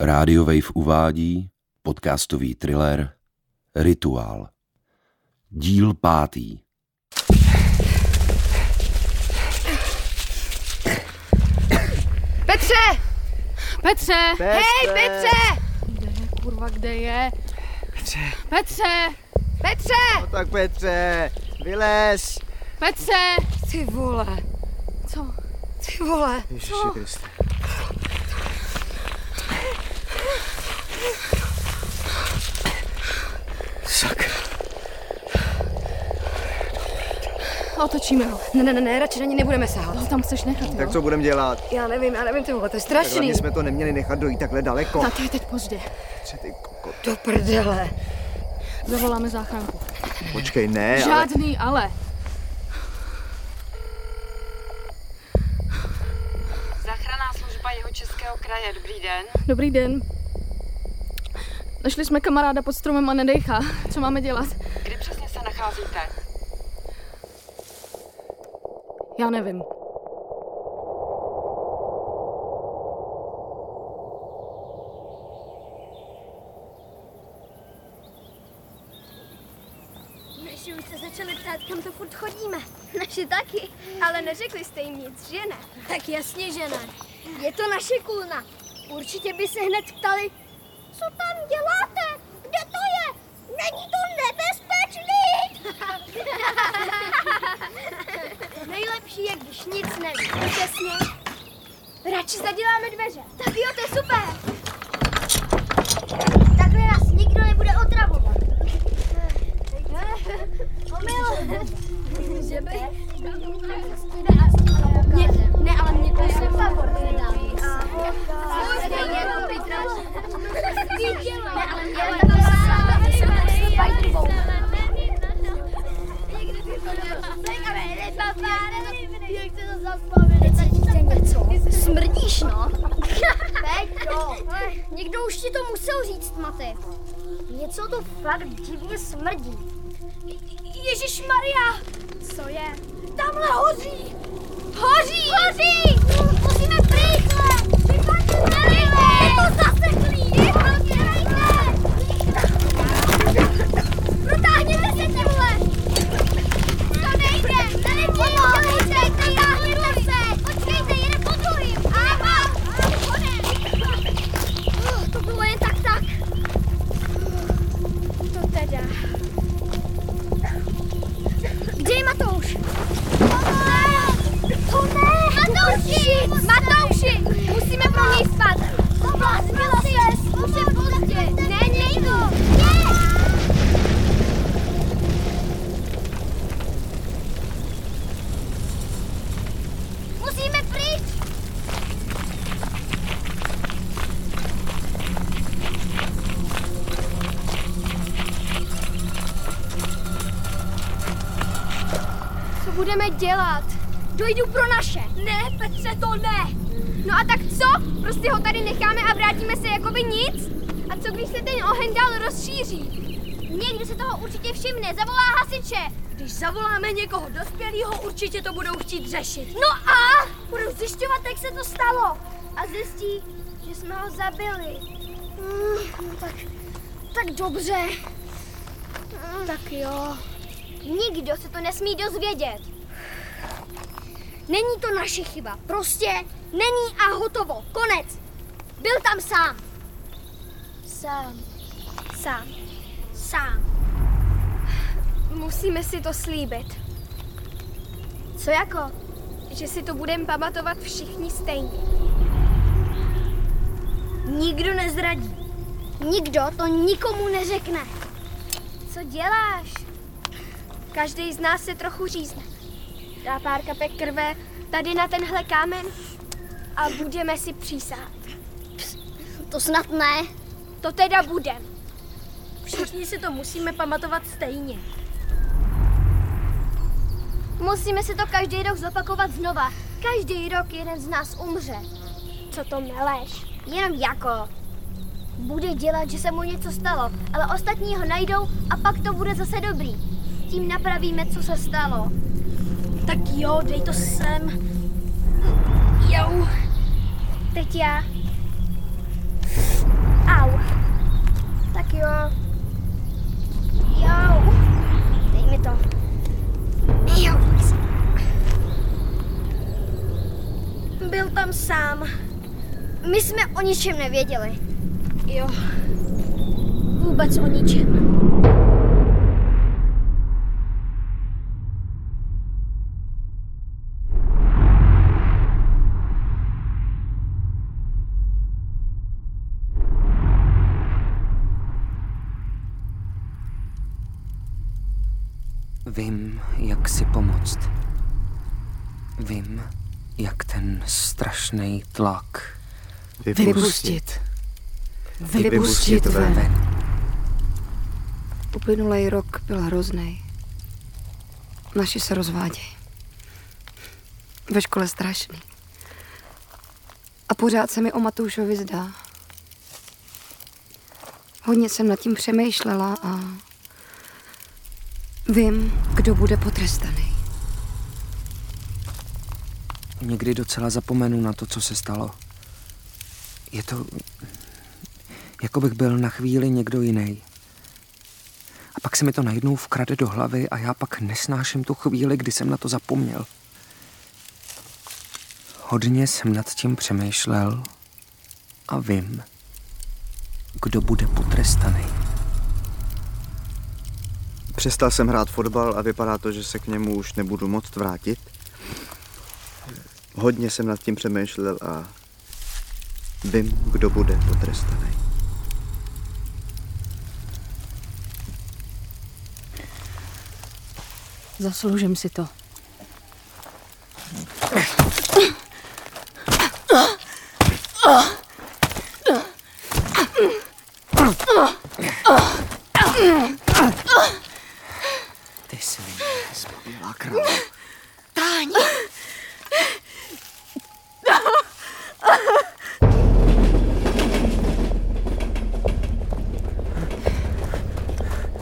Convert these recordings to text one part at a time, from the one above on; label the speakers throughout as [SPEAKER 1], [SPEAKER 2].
[SPEAKER 1] Radio Wave uvádí podcastový thriller Rituál. Díl pátý.
[SPEAKER 2] Petře! Petře!
[SPEAKER 3] Petře!
[SPEAKER 2] Hej, Petře! Kde je, kurva, kde je?
[SPEAKER 3] Petře,
[SPEAKER 2] Petře! Petře!
[SPEAKER 3] no tak Petře, vylez.
[SPEAKER 2] Petře!
[SPEAKER 4] Ty vole,
[SPEAKER 2] Co?
[SPEAKER 4] ty vole.
[SPEAKER 3] Ježiši Kriste. Sakra.
[SPEAKER 2] Otočíme ho.
[SPEAKER 4] Ne, ne, ne, ne, radši na ní nebudeme sahat.
[SPEAKER 2] Toho tam chceš nechat, jo?
[SPEAKER 3] Tak co budeme dělat?
[SPEAKER 4] Já nevím, já nevím, ty vole, to je
[SPEAKER 3] Tak
[SPEAKER 4] strašný.
[SPEAKER 3] hlavně jsme to neměli nechat dojít takhle daleko.
[SPEAKER 2] Na to je teď pozdě.
[SPEAKER 3] Petře, ty koko.
[SPEAKER 4] Do prdele.
[SPEAKER 2] Zavoláme záchranku.
[SPEAKER 3] Počkej, ne, ale...
[SPEAKER 2] Žádný ale.
[SPEAKER 5] Záchranná služba jeho českého kraje, dobrý den.
[SPEAKER 2] Dobrý den. Našli jsme kamaráda pod stromem a nedejchá. Co máme dělat?
[SPEAKER 5] Kdy přesně se nacházíte?
[SPEAKER 2] Já nevím.
[SPEAKER 6] Naši už se začali ptát, kam to furt chodíme. Naši taky, ale neřekli jste jim nic, že ne? Tak jasně, že ne. Je to naše kulna. Určitě by se hned ptali, co tam děláte? Kde to je? Není to nebezpečný! Nejlepší je, když nic neví. Přesně. Radši zaděláme dveře. Tak jo, to je super. Takhle nás nikdo nebude otravovat. Omyl! Že by? Mě, ne, ale mě to se favor nedá. Stejně jako Petra. Ne, ale mě to Smrdíš, no? Peťo, někdo už ti to musel říct, Maty. Něco to fakt divně smrdí. Ježíš Maria! Co je? Tamhle hoří! Hoří! Hoří! Musíme pryč! Vypadněte! Je to zase klíč! Protáhněte se těmhle! To nejde! Tady dělejte! Protáhněte se! Počkejte, jeden po druhým! Aha! Konec! To bylo jen tak tak! To teda... Kde je Matouš? To ne! Matouši! Matouši! Musíme pro něj spát! Pomoc, prosím! Už je pozdě! Ne, nejdu! Musíme pryč! Co budeme dělat? Dojdu pro naše. Ne, Petře, to ne. No a tak co? Prostě ho tady necháme a vrátíme se jako by nic? A co když se ten oheň dál rozšíří? Někdo se toho určitě všimne, zavolá hasiče. Když zavoláme někoho dospělého, určitě to budou chtít řešit. No a? Budou zjišťovat, jak se to stalo. A zjistí, že jsme ho zabili. Mm, no tak, tak dobře. Mm. Tak jo. Nikdo se to nesmí dozvědět. Není to naše chyba. Prostě není a hotovo. Konec. Byl tam sám. Sám. Sám. Sám. Musíme si to slíbit. Co jako? Že si to budeme pamatovat všichni stejně. Nikdo nezradí. Nikdo to nikomu neřekne. Co děláš? Každý z nás se trochu řízne. Dá pár kapek krve tady na tenhle kámen a budeme si přísát.
[SPEAKER 7] To snad ne.
[SPEAKER 6] To teda budem.
[SPEAKER 7] Všichni si to musíme pamatovat stejně.
[SPEAKER 6] Musíme si to každý rok zopakovat znova. Každý rok jeden z nás umře. Co to meleš? Jenom jako. Bude dělat, že se mu něco stalo, ale ostatní ho najdou a pak to bude zase dobrý. Tím napravíme, co se stalo.
[SPEAKER 7] Tak jo, dej to sem. Jo.
[SPEAKER 6] Teď já. My jsme o ničem nevěděli.
[SPEAKER 7] Jo. Vůbec o ničem.
[SPEAKER 8] Vím, jak si pomoct. Vím, jak ten strašný tlak
[SPEAKER 4] Vypustit. Vypustit,
[SPEAKER 3] Vypustit ven.
[SPEAKER 8] ven.
[SPEAKER 4] Uplynulý rok byl hrozný. Naši se rozvádějí. Ve škole strašný. A pořád se mi o Matoušovi zdá. Hodně jsem nad tím přemýšlela a vím, kdo bude potrestaný.
[SPEAKER 8] Někdy docela zapomenu na to, co se stalo. Je to... Jako bych byl na chvíli někdo jiný. A pak se mi to najednou vkrade do hlavy a já pak nesnáším tu chvíli, kdy jsem na to zapomněl. Hodně jsem nad tím přemýšlel a vím, kdo bude potrestaný.
[SPEAKER 3] Přestal jsem hrát fotbal a vypadá to, že se k němu už nebudu moc vrátit. Hodně jsem nad tím přemýšlel a vím, kdo bude potrestaný.
[SPEAKER 2] Zasloužím si to.
[SPEAKER 8] Ty jsi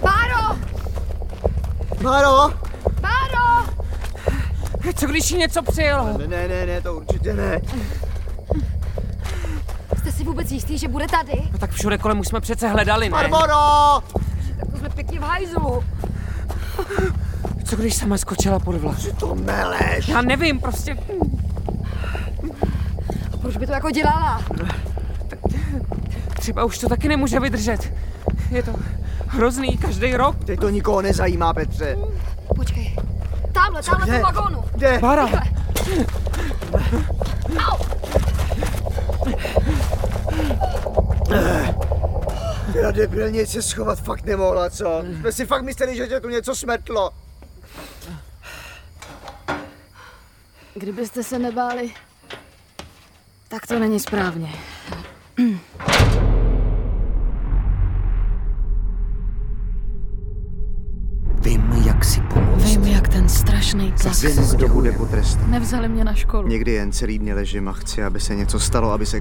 [SPEAKER 6] Páro!
[SPEAKER 3] Máro!
[SPEAKER 6] Páro!
[SPEAKER 8] Co když jí něco přijelo?
[SPEAKER 3] Ne, ne, ne, ne, to určitě ne.
[SPEAKER 4] Jste si vůbec jistý, že bude tady?
[SPEAKER 8] No tak všude kolem už jsme přece hledali, ne?
[SPEAKER 3] Barbaro!
[SPEAKER 4] Tak jsme pěkně v hajzlu.
[SPEAKER 8] Co když sama skočila pod vlak?
[SPEAKER 3] To meleš!
[SPEAKER 8] Já nevím, prostě...
[SPEAKER 4] Proč by to jako dělala?
[SPEAKER 8] Třeba už to taky nemůže vydržet. Je to hrozný každý rok.
[SPEAKER 3] Teď to nikoho nezajímá, Petře.
[SPEAKER 4] Počkej,
[SPEAKER 6] Tamhle, tamhle
[SPEAKER 3] kde?
[SPEAKER 6] v vagónu.
[SPEAKER 3] Kde?
[SPEAKER 8] Bára!
[SPEAKER 3] Teda debilně se schovat fakt nemohla, co? Jsme si fakt mysleli, že tě tu něco smetlo.
[SPEAKER 2] Kdybyste se nebáli, tak to není správně.
[SPEAKER 8] Vím, jak si pomoct.
[SPEAKER 2] Vím, jak ten strašný tlak.
[SPEAKER 3] Vím, kdo bude potrestaný.
[SPEAKER 2] Nevzali mě na školu.
[SPEAKER 3] Někdy jen celý dny ležím a chci, aby se něco stalo, aby se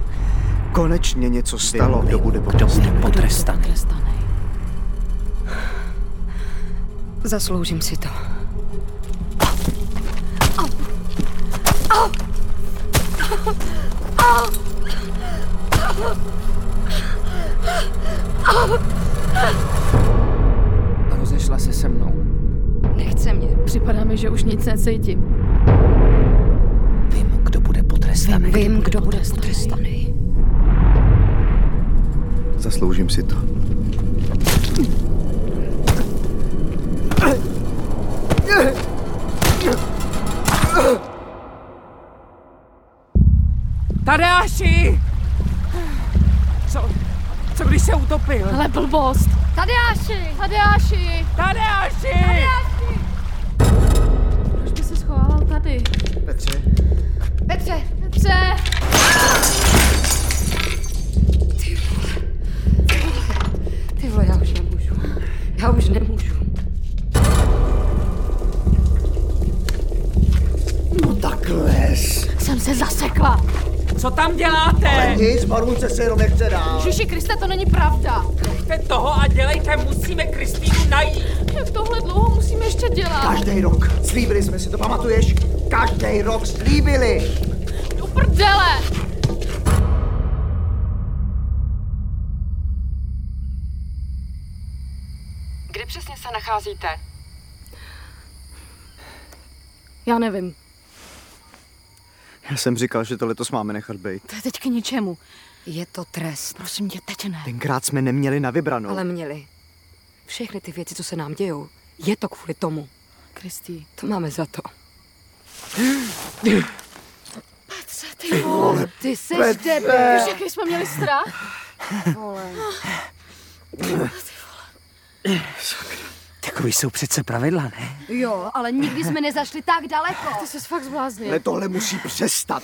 [SPEAKER 3] konečně něco stalo, kdo bude
[SPEAKER 8] Kdo
[SPEAKER 3] potrestaný.
[SPEAKER 8] bude potrestaný?
[SPEAKER 2] Trestaný.
[SPEAKER 4] zasloužím si to.
[SPEAKER 8] Rozešla se se mnou.
[SPEAKER 4] Nechce mě.
[SPEAKER 2] Připadá mi, že už nic necítím.
[SPEAKER 8] Vím, kdo bude potrestaný.
[SPEAKER 4] Vím, kdo bude potrestaný.
[SPEAKER 3] Zasloužím si to.
[SPEAKER 8] Tadeáši! Co, co když se utopil?
[SPEAKER 2] Ale blbost.
[SPEAKER 6] Tadeáši! Tadeáši!
[SPEAKER 8] Tadeáši!
[SPEAKER 2] Proč by se schovával tady?
[SPEAKER 3] Petře,
[SPEAKER 4] Petře,
[SPEAKER 2] Pře!
[SPEAKER 4] ty vole, já už nemůžu. Já už nemůžu.
[SPEAKER 3] No
[SPEAKER 2] Jsem se zasekla.
[SPEAKER 8] Co tam děláte?
[SPEAKER 3] nic, Marunce se jenom nechce dál.
[SPEAKER 2] Ježiši Kriste, to není pravda.
[SPEAKER 8] Nechte toho a dělejte, musíme Kristýnu najít.
[SPEAKER 2] Jak tohle dlouho musíme ještě dělat?
[SPEAKER 3] Každý rok slíbili jsme si to, pamatuješ? Každý rok slíbili.
[SPEAKER 2] Do prdele!
[SPEAKER 5] Kde přesně se nacházíte?
[SPEAKER 2] Já nevím.
[SPEAKER 3] Já jsem říkal, že to letos máme nechat být.
[SPEAKER 2] To je teď k ničemu.
[SPEAKER 4] Je to trest.
[SPEAKER 2] Prosím tě, teď ne.
[SPEAKER 3] Tenkrát jsme neměli na vybranou.
[SPEAKER 4] Ale měli. Všechny ty věci, co se nám dějou, je to kvůli tomu.
[SPEAKER 2] Kristý.
[SPEAKER 4] To máme za to.
[SPEAKER 2] Petře, ty vole. Ty seš
[SPEAKER 3] Eh.
[SPEAKER 2] debil. Víš, jaký jsme měli strach?
[SPEAKER 8] Takový jsou přece pravidla, ne?
[SPEAKER 7] Jo, ale nikdy jsme nezašli tak daleko.
[SPEAKER 2] Ty ses fakt zbláznil.
[SPEAKER 3] Ale tohle musí přestat.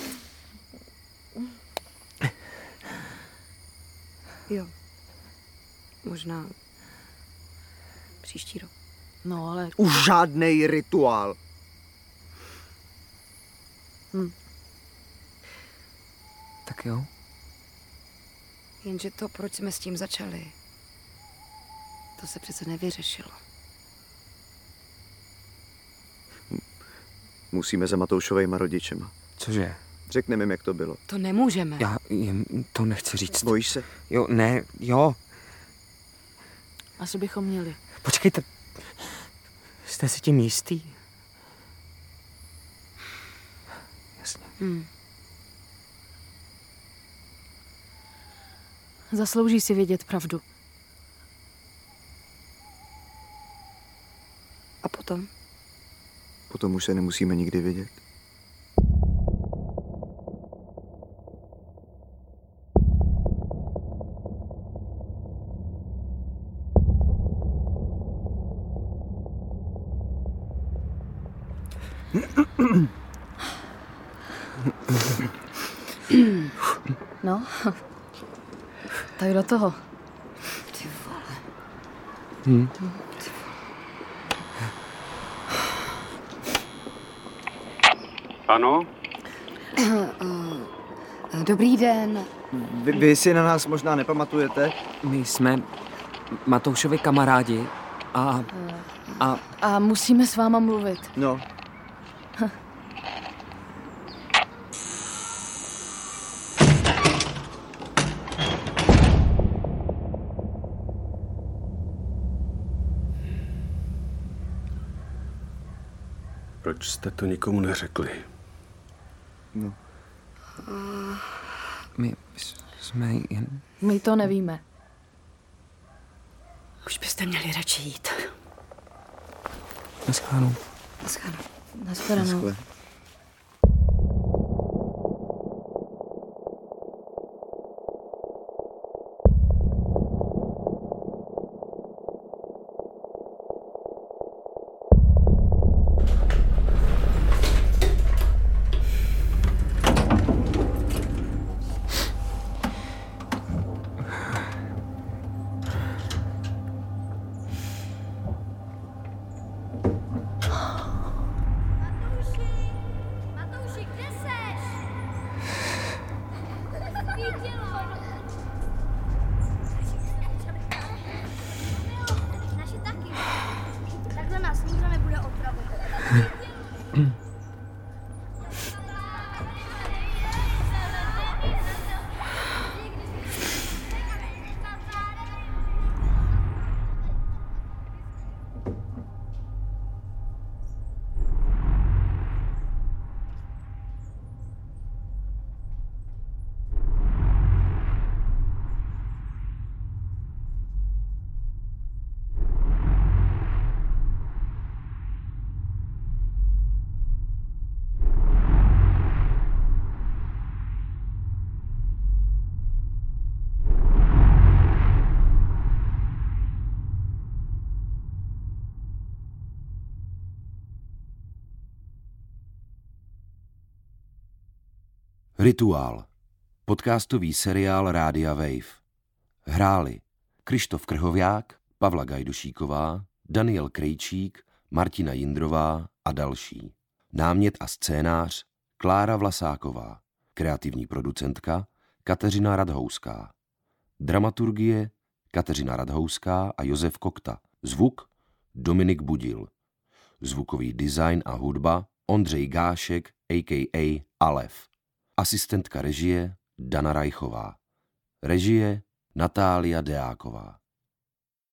[SPEAKER 4] Jo. Možná příští rok.
[SPEAKER 2] No, ale
[SPEAKER 3] Už žádný rituál.
[SPEAKER 8] Tak jo.
[SPEAKER 4] Jenže to, proč jsme s tím začali, to se přece nevyřešilo.
[SPEAKER 3] Musíme za Matoušovejma rodičema.
[SPEAKER 8] Cože?
[SPEAKER 3] Řekneme jim, jak to bylo.
[SPEAKER 4] To nemůžeme.
[SPEAKER 8] Já jim to nechci říct.
[SPEAKER 3] Bojíš se?
[SPEAKER 8] Jo, ne, jo.
[SPEAKER 2] asi bychom měli.
[SPEAKER 8] Počkejte. Jste si tím jistý? Jasně.
[SPEAKER 2] Zaslouží si vědět pravdu.
[SPEAKER 4] A potom?
[SPEAKER 3] Potom už se nemusíme nikdy vidět.
[SPEAKER 2] No. Tak do toho.
[SPEAKER 9] Ano,
[SPEAKER 4] Eh, Dobrý den.
[SPEAKER 3] Vy, vy si na nás možná nepamatujete.
[SPEAKER 8] My jsme Matoušovi kamarádi a... A
[SPEAKER 2] A musíme s váma mluvit.
[SPEAKER 3] No,
[SPEAKER 9] proč jste to nikomu neřekli?
[SPEAKER 8] my s- jsme jen...
[SPEAKER 2] My to nevíme.
[SPEAKER 4] Už byste měli radši jít.
[SPEAKER 8] Neschvánu.
[SPEAKER 4] Naschledanou.
[SPEAKER 2] Naschledanou.
[SPEAKER 3] skvěle.
[SPEAKER 6] Matouši! Matouši, kde seš? Vidělo! Naše taky. Takhle nás nikdo nebude opravovat.
[SPEAKER 1] Rituál. Podcastový seriál Rádia Wave. Hráli Krištof Krhoviák, Pavla Gajdušíková, Daniel Krejčík, Martina Jindrová a další. Námět a scénář Klára Vlasáková, kreativní producentka Kateřina Radhouská. Dramaturgie Kateřina Radhouská a Josef Kokta. Zvuk Dominik Budil. Zvukový design a hudba Ondřej Gášek, a.k.a. Alef asistentka režie Dana Rajchová, režie Natália Deáková.